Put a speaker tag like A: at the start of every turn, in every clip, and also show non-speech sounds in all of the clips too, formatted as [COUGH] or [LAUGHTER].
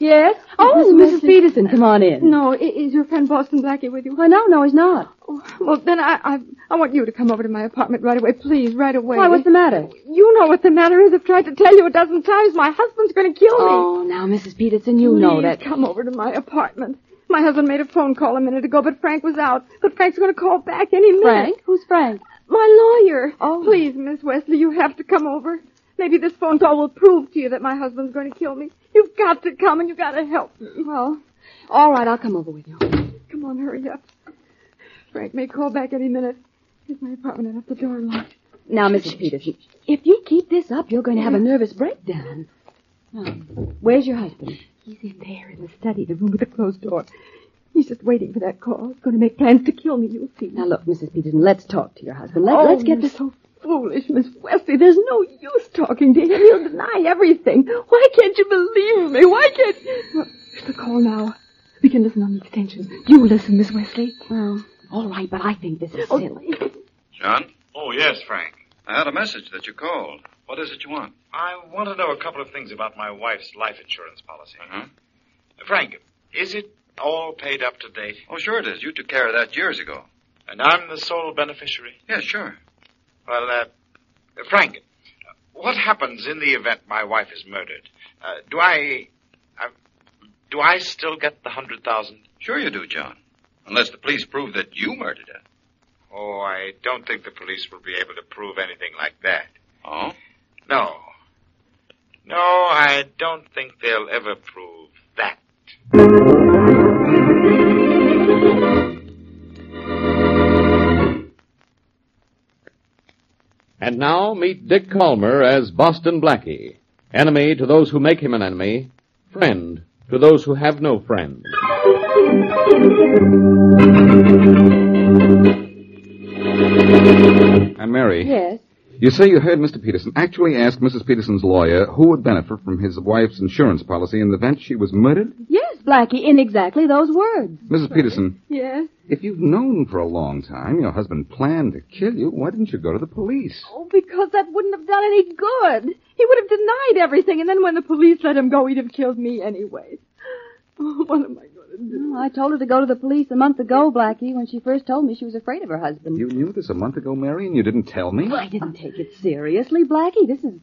A: Yes?
B: Oh,
A: This is
B: Mrs.
A: Mrs. Peterson, come on in.
B: No, i- is your friend Boston Blackie with you?
A: Why, no, no, he's not.
B: Oh, well, then I, I I want you to come over to my apartment right away, please, right away.
A: Why, what's the matter?
B: You know what the matter is. I've tried to tell you a dozen times. My husband's going to kill me.
A: Oh, now, Mrs. Peterson, you
B: please
A: know that.
B: come over to my apartment. My husband made a phone call a minute ago, but Frank was out. But Frank's going to call back any minute.
A: Frank? Who's Frank?
B: My lawyer.
A: Oh.
B: Please, Miss Wesley, you have to come over. Maybe this phone call will prove to you that my husband's going to kill me. You've got to come and you've got to help me.
A: Well, all right, I'll come over with you.
B: Come on, hurry up. Frank may call back any minute. Is my apartment out the door locked?
A: Now, Mrs. Peterson, if you keep this up, you're going to have a nervous breakdown. Now, where's your husband?
B: He's in there in the study, the room with the closed door. He's just waiting for that call. He's going to make plans to kill me, you'll see.
A: Now, look, Mrs. Peterson, let's talk to your husband. Let,
B: oh,
A: let's get
B: you're
A: this.
B: so foolish, Miss Wesley. There's no use talking to him. He'll deny everything. Why can't you believe me? Why can't... Well, there's the call now. We can listen on the extension. You listen, Miss Wesley.
A: [LAUGHS] Well, all right, but I think this is
B: Oh,
A: silly.
C: John,
D: Oh, yes, Frank.
C: I had a message that you called. What is it you want?
D: I want to know a couple of things about my wife's life insurance policy.
C: Uh-huh.
D: Frank, is it all paid up to date?
C: Oh, sure it is. You took care of that years ago.
D: And I'm the sole beneficiary?
C: Yeah, sure.
D: Well, uh, Frank, uh, what happens in the event my wife is murdered? Uh, do I. Uh, do I still get the hundred thousand?
C: Sure you do, John. Unless the police prove that you murdered her.
D: Oh, I don't think the police will be able to prove anything like that.
C: Oh?
D: No. No, I don't think they'll ever prove that.
E: And now meet Dick Calmer as Boston Blackie, enemy to those who make him an enemy, friend to those who have no friend.
F: And Mary,
A: Yes.
F: you say you heard Mr. Peterson actually ask Mrs. Peterson's lawyer who would benefit from his wife's insurance policy in the event she was murdered?
A: Yes, Blackie, in exactly those words.
F: Mrs. Peterson,
B: Yes?
F: if you've known for a long time your husband planned to kill you, why didn't you go to the police?
B: Oh, because that wouldn't have done any good. He would have denied everything, and then when the police let him go, he'd have killed me anyway. [LAUGHS] Oh, what am I going to do?
A: Well, I told her to go to the police a month ago, Blackie, when she first told me she was afraid of her husband.
F: You knew this a month ago, Mary, and you didn't tell me?
A: I didn't take it seriously, Blackie. This is,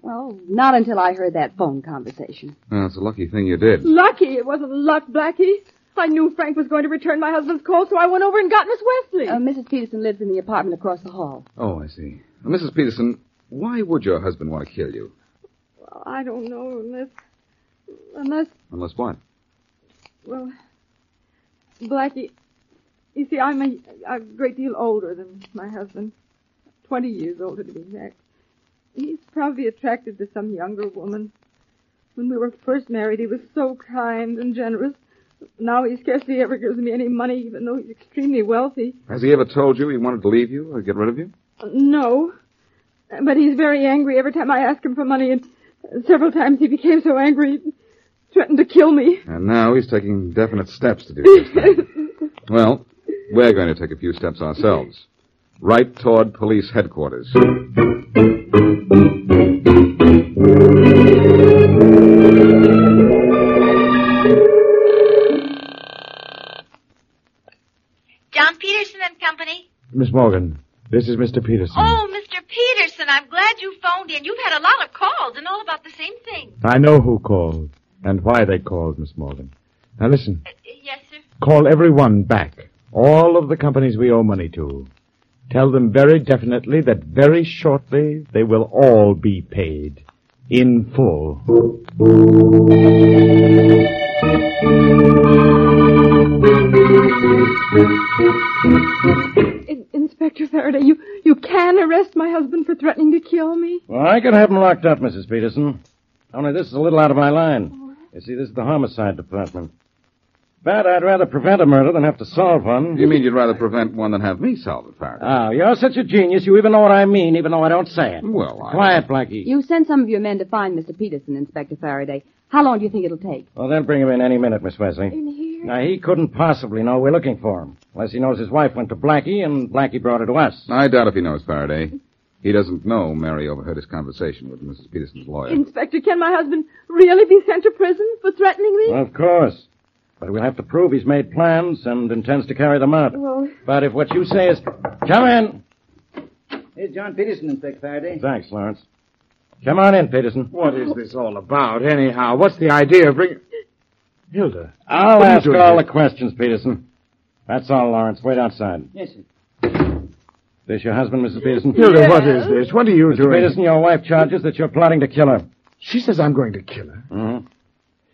A: well, not until I heard that phone conversation.
F: Well, it's a lucky thing you did.
B: Lucky it wasn't luck, Blackie. I knew Frank was going to return my husband's call, so I went over and got Miss Wesley.
A: Uh, Mrs. Peterson lives in the apartment across the hall.
F: Oh, I see. Mrs. Peterson, why would your husband want to kill you?
B: well, I don't know unless, unless,
F: Unless what?
B: well, Blackie. You see, I'm a, a great deal older than my husband, twenty years older to be exact. He's probably attracted to some younger woman. When we were first married, he was so kind and generous. Now he scarcely ever gives me any money, even though he's extremely wealthy.
F: Has he ever told you he wanted to leave you or get rid of you?
B: No. But he's very angry every time I ask him for money, and several times he became so angry he threatened to kill me.
F: And now he's taking definite steps to do this. thing. well, we're going to take a few steps ourselves. Right toward police headquarters.
G: John Peterson and Company.
H: Miss Morgan, this is Mr. Peterson.
G: Oh, Mr. Peterson, I'm glad you phoned in. You've had a lot of calls and all about the same thing.
H: I know who called and why they called, Miss Morgan. Now listen,
G: Uh, yes, sir.
H: call everyone back. All of the companies we owe money to. Tell them very definitely that very shortly they will all be paid. In full.
B: In- Inspector Faraday, you, you can arrest my husband for threatening to kill me?
I: Well, I could have him locked up, Mrs. Peterson. Only this is a little out of my line. You see, this is the homicide department. But I'd rather prevent a murder than have to solve one.
F: You mean you'd rather prevent one than have me solve it,
H: Uh,
F: Faraday?
I: Oh, you're such a genius, you even know what I mean, even though I don't say it.
F: Well, I...
I: Quiet, Blackie.
A: You send some of your men to find Mr. Peterson, Inspector Faraday. How long do you think it'll take?
I: Well, they'll bring him in any minute, Miss Wesley. In here? Now, he couldn't possibly know we're looking for him, unless he knows his wife went to Blackie and Blackie brought her to us.
F: I doubt if he knows Faraday. He doesn't know Mary overheard his conversation with Mrs. Peterson's lawyer.
B: Inspector, can my husband really be sent to prison for threatening me?
I: Well, of course. But we'll have to prove he's made plans and intends to carry them out.
B: Well,
I: But if what you say is... Come in.
J: Here's John Peterson, Inspector Faraday.
I: Thanks, Lawrence. Come on in, Peterson.
K: What is this all about, anyhow? What's the idea of bringing... Hilda.
I: I'll
K: what are you
I: ask
K: doing
I: all
K: here?
I: the questions, Peterson. That's all, Lawrence. Wait outside.
J: Yes, sir.
I: This your husband, Mrs. Peterson?
K: Hilda, what is this? What are you doing?
I: Peterson, your wife charges that you're plotting to kill her.
K: She says I'm going to kill her.
I: Mm-hmm.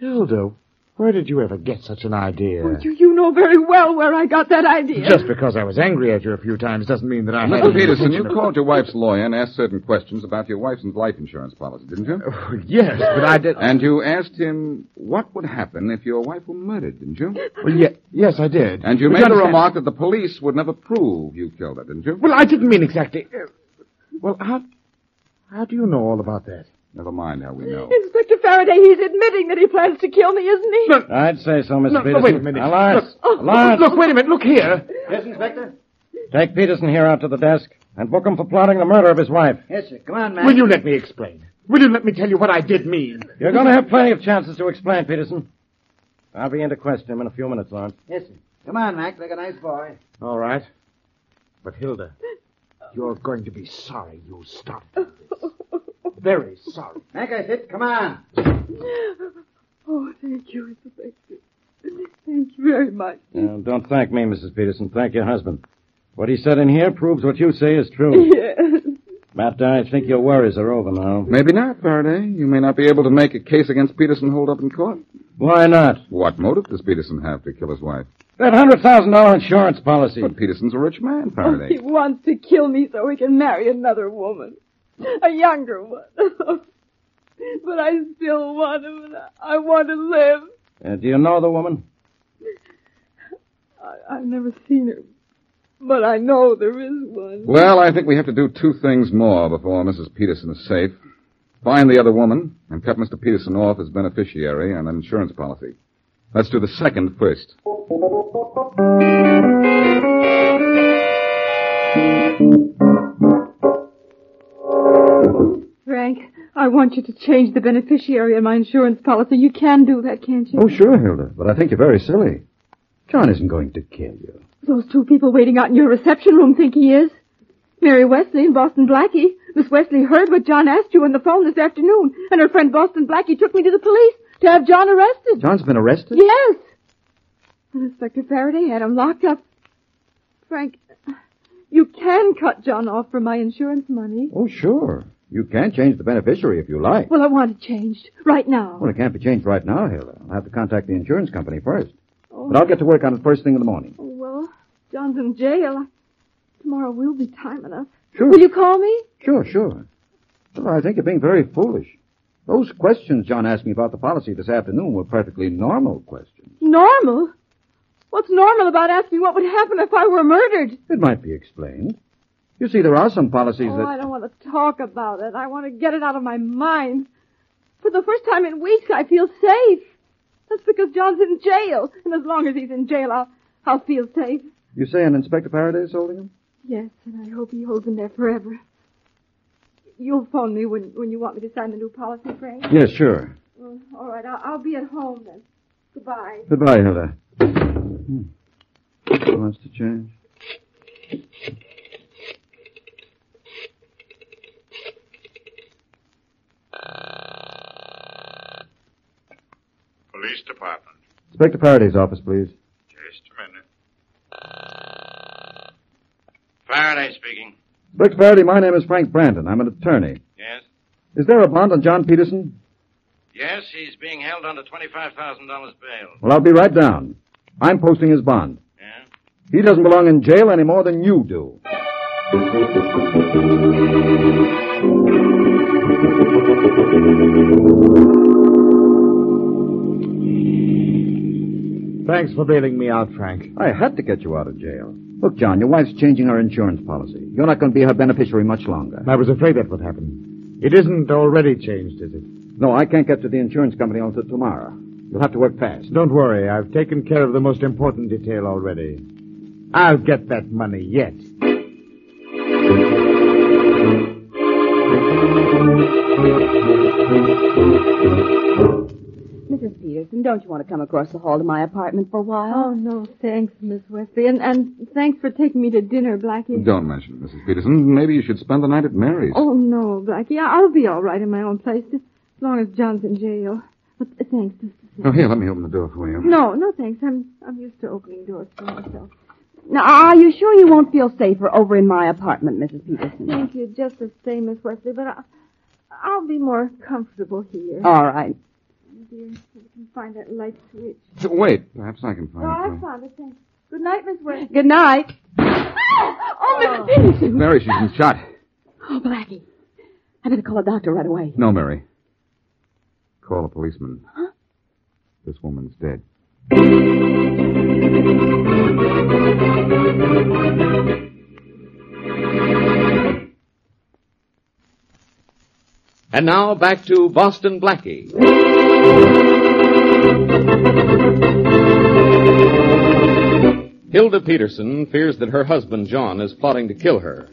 K: Hilda, where did you ever get such an idea?
B: you, you know very well where I got that idea.
K: Just because I was angry at you a few times doesn't mean that I had
F: Mr.
K: any
F: Peterson, you
K: intention of-
F: called your wife's lawyer and asked certain questions about your wife's life insurance policy, didn't you?
H: Uh,
K: Oh, Yes, but I did.
F: And you asked him what would happen if your wife were murdered, didn't you?
K: Well, ye- yes, I did.
F: And you
K: But
F: made a
K: understand-
F: remark that the police would never prove you killed her, didn't you?
K: Well, I didn't mean exactly. uh, Well, how how do you know all about that?
F: Never mind how we know.
B: Inspector Faraday, he's admitting that he plans to kill me, isn't he?
I: I'd say so, Mrs.
K: No,
I: Peterson.
K: no, wait a minute.
I: Now, Lawrence.
B: Look-
I: Lawrence.
K: Look, wait a minute. Look here.
J: Yes, Inspector?
I: Take Peterson here out to the desk and book him for plotting the murder of his wife.
J: Yes, sir. Come on, Mac.
K: Will you let me explain? Will you let me tell you what I did mean?
I: You're going to have plenty of chances to explain, Peterson. I'll be in to question him in a few minutes, Lawrence.
J: Yes, sir. Come on, Mac, like a nice boy.
K: All right. But Hilda, you're going to be sorry you
J: [LAUGHS]
K: started this. Very sorry.
J: Mac, I said, come on.
B: Oh, thank you, Inspector. Thank you very much.
I: Now, Uh, don't thank me, Mrs. Peterson. Thank your husband. What he said in here proves what you say is true.
B: Yes.
I: Matt, I think your worries are over now.
F: Maybe not, Faraday. You may not be able to make a case against Peterson hold up in court.
I: Why not?
F: What motive does Peterson have to kill his wife?
I: That hundred thousand dollar insurance policy.
F: But Peterson's a rich man,
B: Oh, he
F: Faraday.
B: wants to kill me so he can marry another woman. A younger one. but I still want him and I- I want to live.
I: Uh, do you know the woman?
B: I, I've never seen her. But I know there is one.
F: Well, I think we have to do two things more before Mrs. Peterson is safe. Find the other woman and cut Mr. Peterson off as beneficiary on an insurance policy. Let's do the second first.
B: Frank, I want you to change the beneficiary in my insurance policy. You can do that, can't you?
L: Oh, sure, Hilda, but I think you're very silly. John isn't going to kill you.
B: Those two people waiting out in your reception room think he is. Mary Wesley and Boston Blackie. Miss Wesley heard what John asked you on the phone this afternoon, and her friend Boston Blackie took me to the police to have John arrested.
L: John's been arrested?
B: Yes. And Inspector Faraday had him locked up. Frank, you can cut John off from my insurance money.
L: Oh, sure. You can change the beneficiary if you like.
B: Well, I want it changed right now.
L: Well, it can't be changed right now, Hilda. I'll have to contact the insurance company first.
B: Oh,
L: But I'll get to work on it first thing in the morning.
B: oh, well, John's in jail. Tomorrow will be time enough.
L: Sure.
B: Will you call me?
L: Sure, sure. Well, I think you're being very foolish. Those questions John asked me about the policy this afternoon were perfectly normal questions.
B: Normal? What's normal about asking what would happen if I were murdered?
L: It might be explained. You see, there are some policies
B: Oh,
L: that...
B: I don't want to talk about it. I want to get it out of my mind. For the first time in weeks, I feel safe. That's because John's in jail, and as long as he's in jail, I'll, I'll feel safe.
L: You say an Inspector Paradise holding him?
B: Yes, and I hope he holds him there forever. You'll phone me when, when you want me to sign the new policy, Frank.
L: Yes, sure.
B: Mm, all right, I'll, I'll be at home then. Goodbye.
L: Goodbye, Hilda. Hmm. Wants to change?
D: Police department.
L: Inspector Paraday's office, please.
D: Just a minute. Faraday speaking.
L: Inspector Faraday, my name is Frank Brandon. I'm an attorney.
D: Yes?
L: Is there a bond on John Peterson?
D: Yes, he's being held under $25,000 bail.
L: Well, I'll be right down. I'm posting his bond.
D: Yeah?
L: He doesn't belong in jail any more than you do.
H: Thanks for bailing me out, Frank.
L: I had to get you out of jail. Look, John, your wife's changing her insurance policy. You're not going to be her beneficiary much longer.
H: I was afraid that would happen. It isn't already changed, is it?
L: No, I can't get to the insurance company until tomorrow. You'll have to work fast.
H: Don't worry. I've taken care of the most important detail already. I'll get that money yet.
A: Mrs. Peterson, don't you want to come across the hall to my apartment for a while?
B: Oh, no, thanks, Miss Wesley. And, and thanks for taking me to dinner, Blackie.
F: Don't mention it, Mrs. Peterson. Maybe you should spend the night at Mary's.
B: Oh, no, Blackie. I- I'll be all right in my own place, as long as John's in jail. But uh, thanks.
F: Oh, here, let me open the door for you.
B: No, no thanks. I'm, I'm used to opening doors for myself.
A: Now, are you sure you won't feel safer over in my apartment, Mrs. Peterson?
B: Thank you just the same, Miss Wesley, but I, I'll be more comfortable here.
A: All right.
B: Dear, if you can find that light switch.
F: So, wait, perhaps I can
B: No,
F: find it.
B: I found it, thanks. Good night, Miss Wesley.
A: Good [LAUGHS] night.
B: Oh, Mrs.
F: for you. Mary, she's been shot.
A: Oh, Blackie. I better call a doctor right away.
F: No, Mary. Call a policeman. This woman's dead.
E: And now back to Boston Blackie. Hilda Peterson fears that her husband John is plotting to kill her.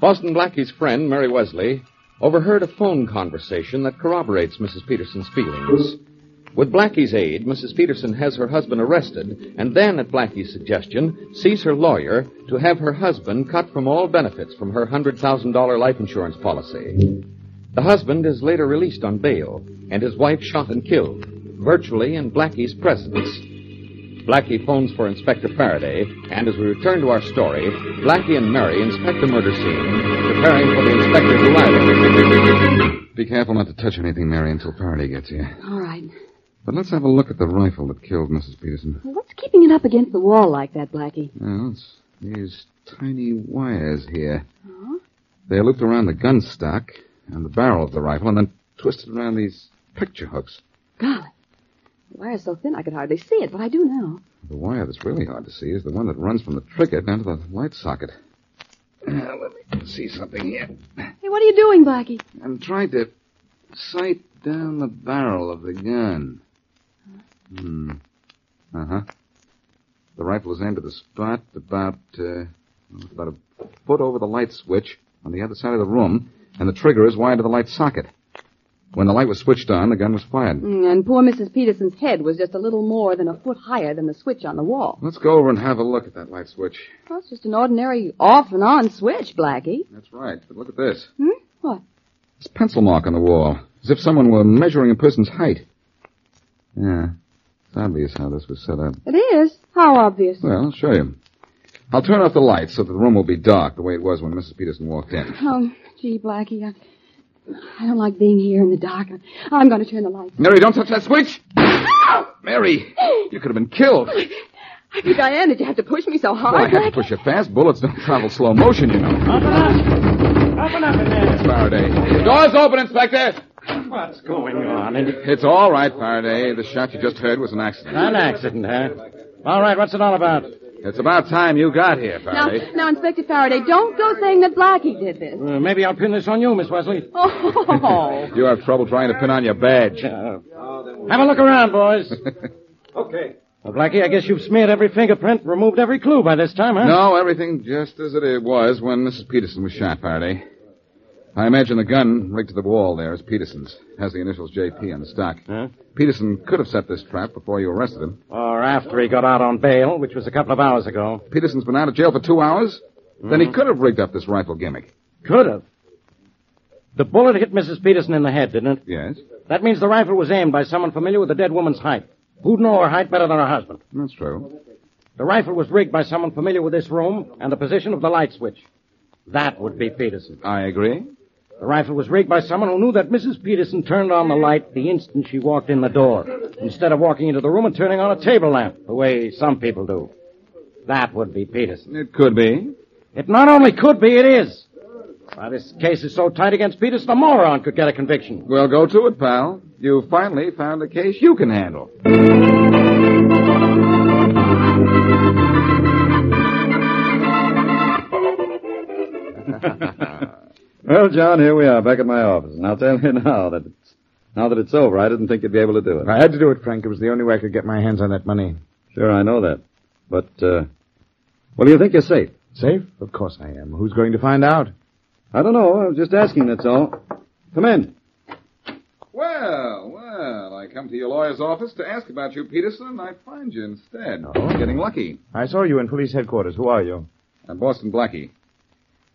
E: Boston Blackie's friend, Mary Wesley, overheard a phone conversation that corroborates Mrs. Peterson's feelings. With Blackie's aid, Mrs. Peterson has her husband arrested and then, at Blackie's suggestion, sees her lawyer to have her husband cut from all benefits from her $100,000 life insurance policy. The husband is later released on bail, and his wife shot and killed, virtually in Blackie's presence. Blackie phones for Inspector Faraday, and as we return to our story, Blackie and Mary inspect the murder scene, preparing for the inspector's arrival.
F: Be careful not to touch anything, Mary, until Faraday gets here.
A: All right.
F: But let's have a look at the rifle that killed Mrs. Peterson.
A: What's keeping it up against the wall like that, Blackie?
F: Well, it's these tiny wires here. They're looped around the gun stock and the barrel of the rifle, and then twisted around these picture hooks.
A: Golly. The wire's so thin I could hardly see it, but I do now.
F: The wire that's really hard to see is the one that runs from the trigger down to the light socket. Uh, let me see something here.
A: Hey, what are you doing, Blackie?
F: I'm trying to sight down the barrel of the gun. Hmm. Uh huh. The rifle is aimed at the spot about uh, about a foot over the light switch on the other side of the room, and the trigger is wired to the light socket. When the light was switched on, the gun was fired.
A: Mm, And poor Mrs. Peterson's head was just a little more than a foot higher than the switch on the wall.
F: Let's go over and have a look at that light switch.
A: Well, it's just an ordinary off and on switch, Blackie.
F: That's right. But look at this.
A: Hmm? What?
F: It's a pencil mark on the wall, as if someone were measuring a person's height. Yeah. It's obvious how this was set up.
A: It is. How obvious.
F: Well, I'll show you. I'll turn off the lights so that the room will be dark the way it was when Mrs. Peterson walked in.
A: Oh, gee, Blackie, I, I don't like being here in the dark. I'm going to turn the lights.
F: Mary, don't touch that switch! Mary, you could have been killed.
A: I think I am. Did you have to push me so hard,
F: Well, I had to
A: Blackie?
F: push it fast. Bullets don't travel slow motion, you know.
I: Open up in there.
F: Faraday. The door's open, Inspector!
I: What's going on?
F: It's all right, Faraday. The shot you just heard was an accident.
I: An accident, huh? All right, what's it all about?
F: It's about time you got here,
A: Now, now, Inspector Faraday, don't go saying that Blackie did this.
I: Uh, maybe I'll pin this on you, Miss Wesley.
A: [LAUGHS] Oh,
F: You have trouble trying to pin on your badge.
I: Uh, Have a look
L: [LAUGHS]
I: around, boys.
K: Okay.
I: Well, Blackie, I guess you've smeared every fingerprint, removed every clue by this time, huh?
F: No, everything just as it was when Mrs. Peterson was shot, Faraday. I imagine the gun rigged to the wall there is Peterson's. Has the initials JP on the stock. Peterson could have set this trap before you arrested him.
I: Or after he got out on bail, which was a couple of hours ago.
F: Peterson's been out of jail for two hours. Then he could have rigged up this rifle gimmick.
I: Could have. The bullet hit Mrs. Peterson in the head, didn't it?
F: Yes.
I: That means the rifle was aimed by someone familiar with the dead woman's height. Who'd know her height better than her husband?
F: That's true.
I: The rifle was rigged by someone familiar with this room and the position of the light switch. That would be Peterson.
F: I agree.
I: The rifle was rigged by someone who knew that Mrs. Peterson turned on the light the instant she walked in the door, instead of walking into the room and turning on a table lamp, the way some people do.
M: That would be Peterson.
F: It could be.
M: It not only could be, it is. Why, this case is so tight against Peterson, a moron could get a conviction.
F: Well, go to it, pal. You finally found a case you can handle.
G: [LAUGHS] Well, John, here we are, back at my office. And I'll tell you now that it's, now that it's over, I didn't think you'd be able to do it.
I: I had to do it, Frank. It was the only way I could get my hands on that money.
G: Sure, I know that. But, uh, well, you think you're safe?
I: Safe? Of course I am. Who's going to find out?
G: I don't know. I was just asking, that's all. Come in.
F: Well, well, I come to your lawyer's office to ask about you, Peterson, and I find you instead. Oh, getting lucky.
I: I saw you in police headquarters. Who are you?
F: I'm Uh, Boston Blackie.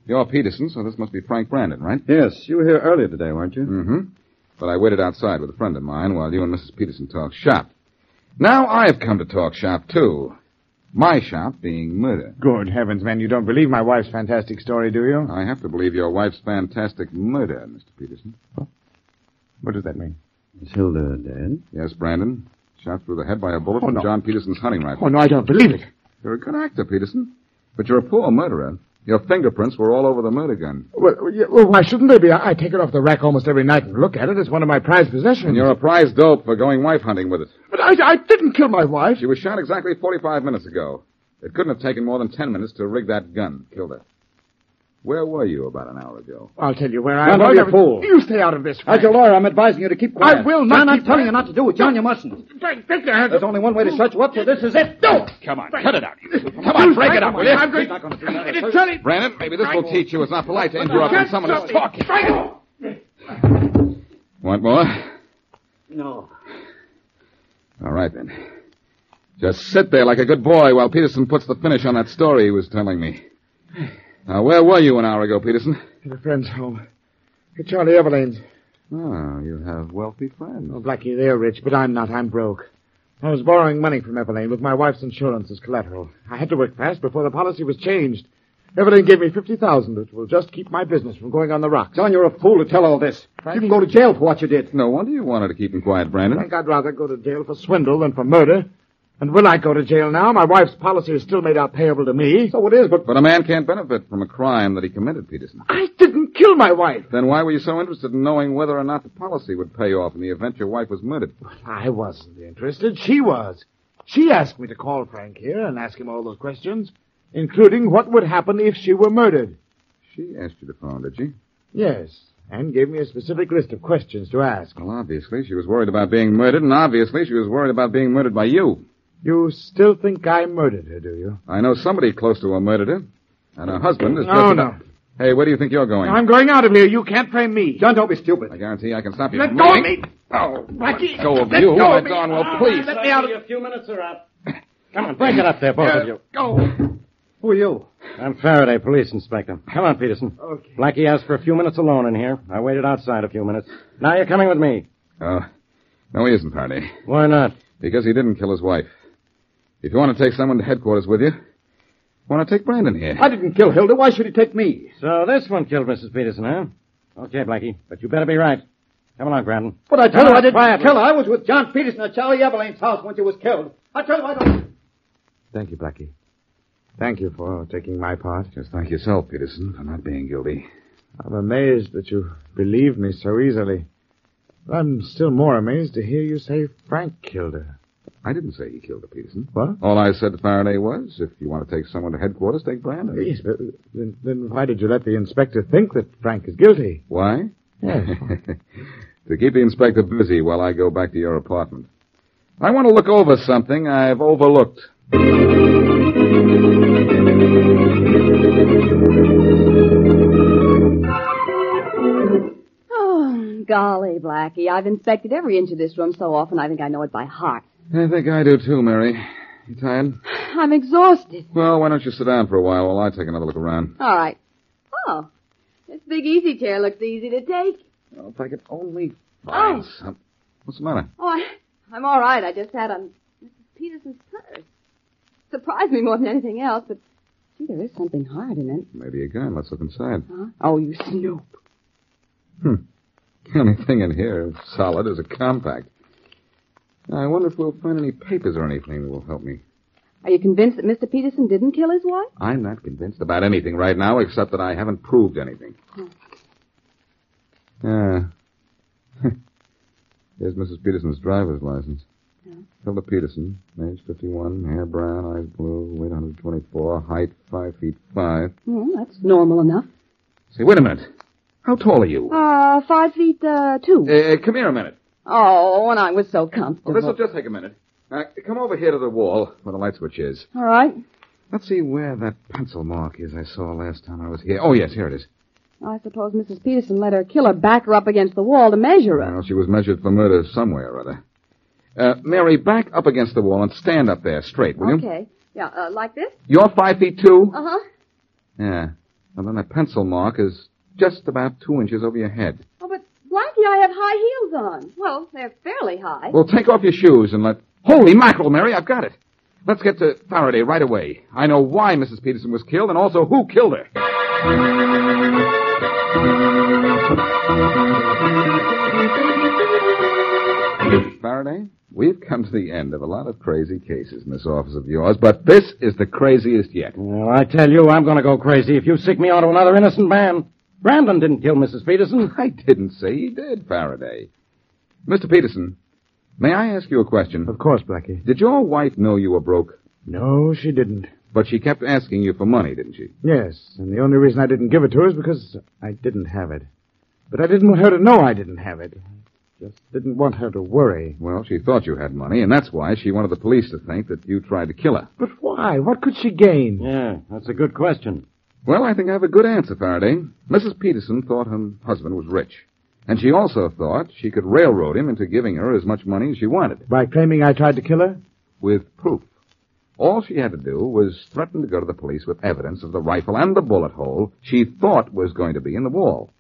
F: You're Peterson, so this must be Frank Brandon, right?
G: Yes, you were here earlier today, weren't you?
F: Mm-hmm. But I waited outside with a friend of mine while you and Mrs. Peterson talked shop. Now I've come to talk shop, too. My shop being murder.
I: Good heavens, man, you don't believe my wife's fantastic story, do you?
F: I have to believe your wife's fantastic murder, Mr. Peterson.
I: What does that mean?
G: Is Hilda dead?
F: Yes, Brandon. Shot through the head by a bullet
I: Oh,
F: from
I: no.
F: John Peterson's hunting rifle.
I: Oh, no, I don't believe it.
F: You're a good actor, Peterson. But you're a poor murderer. Your fingerprints were all over the murder gun.
I: Well, yeah, well why shouldn't they be? I, I take it off the rack almost every night and look at it. It's one of my prized possessions.
F: And you're a prize dope for going wife hunting with it.
I: But I, I didn't kill my wife.
F: She was shot exactly 45 minutes ago. It couldn't have taken more than 10 minutes to rig that gun, kill her. Where were you about an hour ago?
I: I'll tell you where
F: Now,
I: I
F: don't
I: was.
F: be a
I: I was-
F: fool.
I: You stay out of this.
G: As your lawyer, I'm advising you to keep quiet.
I: I will not
G: John, I'm
I: keep
G: telling
I: quiet.
G: you not to do it. John, you mustn't.
I: Frank, take your hands
G: There's only one way to shut you up, so this is it. No!
F: Come on,
G: Frank.
F: cut it out. you two. Come
I: You
F: on, break it
I: Frank,
F: up, will you?
I: I'm going- It's telling-
F: Brandon, maybe this will teach you it's not polite to interrupt when
I: Can't
F: someone
I: stop
F: is
I: me.
F: talking.
I: Frank!
F: Want more?
G: No.
F: All right, then. Just sit there like a good boy while Peterson puts the finish on that story he was telling me. Now, where were you an hour ago, Peterson?
I: At a friend's home. At Charlie Everlane's.
F: Oh, you have wealthy friends.
I: Oh, Blackie, they're rich, but I'm not. I'm broke. I was borrowing money from Evelyn with my wife's insurance as collateral. I had to work fast before the policy was changed. Evelyn gave me fifty thousand, which will just keep my business from going on the rocks.
G: John, you're a fool to tell all this.
I: Frank.
G: You can go to jail for what you did.
F: No wonder you wanted to keep him quiet,
I: I
F: Brandon.
I: think I'd rather go to jail for swindle than for murder. And will I go to jail now? My wife's policy is still made out payable to me.
G: So it is, but
F: But a man can't benefit from a crime that he committed, Peterson.
I: I didn't kill my wife.
F: Then why were you so interested in knowing whether or not the policy would pay off in the event your wife was murdered?
I: I wasn't interested. She was. She asked me to call Frank here and ask him all those questions, including what would happen if she were murdered.
F: She asked you to phone, did she?
I: Yes, and gave me a specific list of questions to ask.
F: Well, obviously, she was worried about being murdered, and obviously, she was worried about being murdered by you.
I: You still think I murdered her, do you?
F: I know somebody close to her murdered her, and her husband is.
I: No,
F: just-
I: no.
F: Hey, where do you think you're going?
I: I'm going out of here. You can't frame me.
G: John, don't be stupid.
F: I guarantee I can stop you.
I: Let
F: from
I: go of
F: moving.
I: me.
F: Oh,
I: Blackie,
F: let go of
I: let
F: you.
I: go
F: Let
I: of me.
F: on,
I: Ah,
F: well, please.
I: Let me out of
M: A few minutes are up. [LAUGHS] Come on, break it up there, both of you.
I: Go.
G: Who are you?
M: I'm Faraday, police inspector. Come on, Peterson.
I: Okay.
M: Blackie asked for a few minutes alone in here. I waited outside a few minutes. Now you're coming with me.
F: Oh, no, he isn't, Hardy.
M: Why not?
F: Because he didn't kill his wife. If you want to take someone to headquarters with you, why not take Brandon here?
G: I didn't kill Hilda. Why should he take me?
M: So this one killed Mrs. Peterson, huh? Okay, Blackie, but you better be right. Come along, Brandon.
G: But I tell
M: Come
G: you,
M: on,
G: I didn't
M: quietly.
G: kill her. I was with John Peterson at Charlie Everlane's house when you was killed. I tell you, I don't.
I: Thank you, Blackie. Thank you for taking my part.
F: Just thank yourself, Peterson, for not being guilty.
I: I'm amazed that you believe me so easily. But I'm still more amazed to hear you say Frank killed her.
F: I didn't say he killed her, Peterson.
I: What?
F: All I said to Faraday was, if you want to take someone to headquarters, take Brandon.
I: Yes, but uh, then, then why did you let the inspector think that Frank is guilty?
F: Why?
I: Yes.
F: [LAUGHS] to keep the inspector busy while I go back to your apartment. I want to look over something I've overlooked.
B: Oh, golly, Blackie. I've inspected every inch of this room so often I think I know it by heart.
F: I think I do too, Mary. You tired?
B: I'm exhausted.
F: Well, why don't you sit down for a while while I take another look around?
B: All right. Oh, this big easy chair looks easy to take.
F: Oh, if I could only
B: find
F: some. What's the matter?
B: Oh, I, I'm all right. I just had on Mrs. Peterson's purse. Surprised me more than anything else, but gee, there is something hard in it.
F: Maybe a gun. Let's look inside.
B: Huh? Oh, you snoop.
F: [LAUGHS] The only thing in here solid is a compact. I wonder if we'll find any papers or anything that will help me.
A: Are you convinced that Mr. Peterson didn't kill his wife?
F: I'm not convinced about anything right now, except that I haven't proved anything. Yeah. Ah. [LAUGHS] Here's Mrs. Peterson's driver's license. Hilda Peterson, age 51, hair brown, eyes blue, weight 124, height 5 feet 5.
A: Well, that's normal enough.
F: Say, wait a minute. How tall are you?
A: Uh, five feet, uh, two.
F: Uh, come here a minute.
A: Oh, and I was so comfortable.
F: Well, this will just take a minute. Uh, come over here to the wall where the light switch is.
A: All right.
F: Let's see where that pencil mark is I saw last time I was here. Oh, yes, here it is.
A: I suppose Mrs. Peterson let her killer back her up against the wall to measure her.
F: Well, she was measured for murder somewhere or other. Uh, Mary, back up against the wall and stand up there straight, will you?
A: Okay. Yeah, uh, like this?
F: You're five feet two?
A: Uh huh.
F: Yeah. And then that pencil mark is just about two inches over your head.
A: Oh, but Blackie, I have high heels on. Well, they're fairly high.
F: Well, take off your shoes and let. Holy mackerel, Mary, I've got it. Let's get to Faraday right away. I know why Mrs. Peterson was killed and also who killed her. Faraday, we've come to the end of a lot of crazy cases in this office of yours, but this is the craziest yet.
I: Well, I tell you, I'm going to go crazy if you sick me onto another innocent man. Brandon didn't kill Mrs. Peterson.
F: I didn't say he did, Faraday. Mr. Peterson, may I ask you a question? Of
H: course, Blackie.
F: Did your wife know you were broke?
H: No, she didn't.
F: But she kept asking you for money, didn't she?
H: Yes, and the only reason I didn't give it to her is because I didn't have it. But I didn't want her to know I didn't have it. Just didn't want her to worry.
F: Well, she thought you had money, and that's why she wanted the police to think that you tried to kill her.
H: But why? What could she gain?
I: Yeah, that's a good question.
F: Well, I think I have a good answer, Faraday. Mrs. Peterson thought her husband was rich, and she also thought she could railroad him into giving her as much money as she wanted,
H: By claiming I tried to kill her?
F: with proof. All she had to do was threaten to go to the police with evidence of the rifle and the bullet hole she thought was going to be in the wall.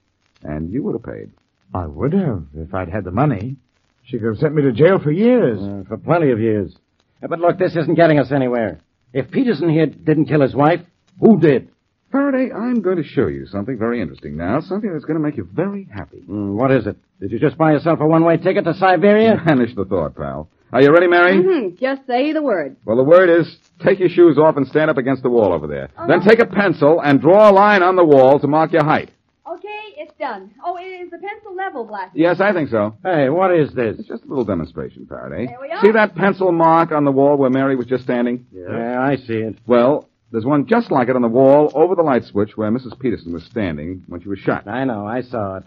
F: And you would have paid.
H: I would have, if I'd had the money. She could have sent me to jail for years.
I: Uh, for plenty of years. Uh, But look, this isn't getting us anywhere. If Peterson here didn't kill his wife, who did?
F: Faraday, I'm going to show you something very interesting now, something that's going to make you very happy.
I: Mm, what is it? Did you just buy yourself a one-way ticket
F: [LAUGHS]
I: to Siberia?
F: Banish the thought, pal. Are you ready, Mary?
A: Mm-hmm. Just say the word.
F: Well, the word is take your shoes off and stand up against the wall over there. Then take a pencil and draw a line on the wall to mark your height.
A: Okay, it's done. Oh, is the pencil level, Blackie?
F: Yes, I think so.
I: Hey, what is this?
F: It's just a little demonstration, Faraday.
A: There we are.
F: See that pencil mark on the wall where Mary was just standing?
I: Yeah, I see it.
F: Well, there's one just like it on the wall over the light switch where Mrs. Peterson was standing when she was shot.
I: I know, I saw it.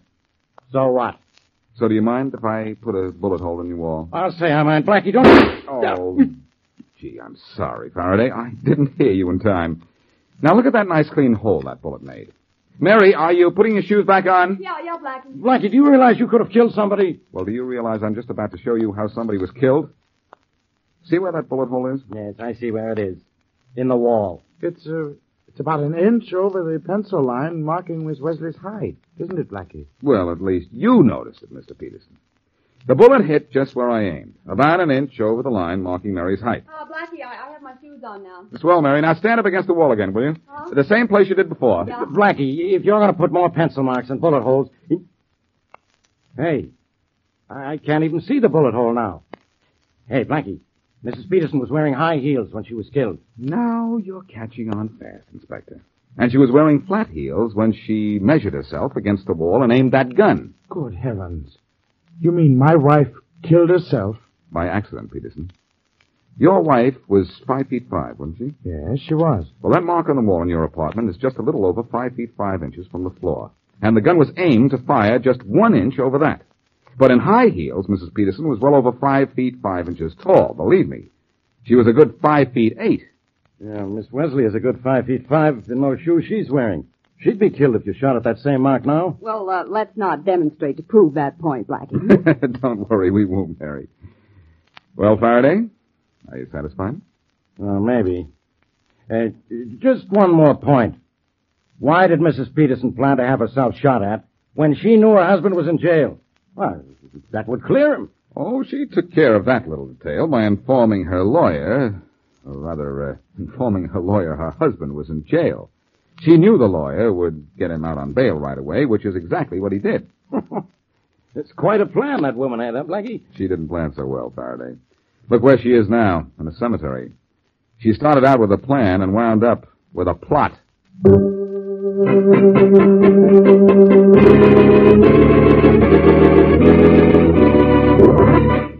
I: So what?
F: So do you mind if I put a bullet hole in
H: [LAUGHS]
F: your wall?
I: I'll say I mind. Blackie, don't...
F: Oh, gee, I'm sorry, Faraday. I didn't hear you in time. Now look at that nice clean hole that bullet made. Mary, are you putting your shoes back on?
A: Yeah, yeah, Blackie.
I: Blackie, do you realize you could have killed somebody?
F: Well, do you realize I'm just about to show you how somebody was killed? See where that bullet hole is?
I: Yes, I see where it is. In the wall.
H: It's, uh, it's about an inch over the pencil line marking Miss Wesley's height, isn't it, Blackie?
F: Well, at least you noticed it, Mr. Peterson. The bullet hit just where I aimed, about an inch over the line marking Mary's height.
A: Uh, Blackie, I, I have my shoes on now.
F: Swell, Mary. Now stand up against the wall again, will you?
A: Huh?
F: The same place you did before.
A: Yeah.
I: Blackie, if you're going to put more pencil marks and bullet holes. Hey, I I can't even see the bullet hole now. Hey, Blackie, Mrs. Peterson was wearing high heels when she was killed.
F: Now you're catching on fast, Inspector. And she was wearing flat heels when she measured herself against the wall and aimed that gun.
H: Good heavens. You mean my wife killed herself?
F: By accident, Peterson. Your wife was five feet five, wasn't she?
H: Yes, she was.
F: Well, that mark on the wall in your apartment is just a little over five feet five inches from the floor. And the gun was aimed to fire just one inch over that. But in high heels, Mrs. Peterson was well over five feet five inches tall, believe me. She was a good five feet eight. [LAUGHS]
I: Yeah, Miss Wesley is a good five feet five in those shoes she's wearing. She'd be killed if you shot at that same mark now.
A: Well, uh, let's not demonstrate to prove that point, Blackie.
F: Don't worry, we won't, Mary. Well, Faraday, are you satisfied?
I: Uh, maybe. Uh, just one more point. Why did Mrs. Peterson plan to have herself shot at when she knew her husband was in jail? Well, that would clear him.
F: Oh, she took care of that little detail by informing her lawyer, or rather, uh, informing her lawyer her husband was in jail. She knew the lawyer would get him out on bail right away, which is exactly what he did.
I: It's quite a plan that woman had, huh, Blackie?
F: She didn't plan so well, Faraday. Look where she is now, in a cemetery. She started out with a plan and wound up with a plot.
N: Thank you.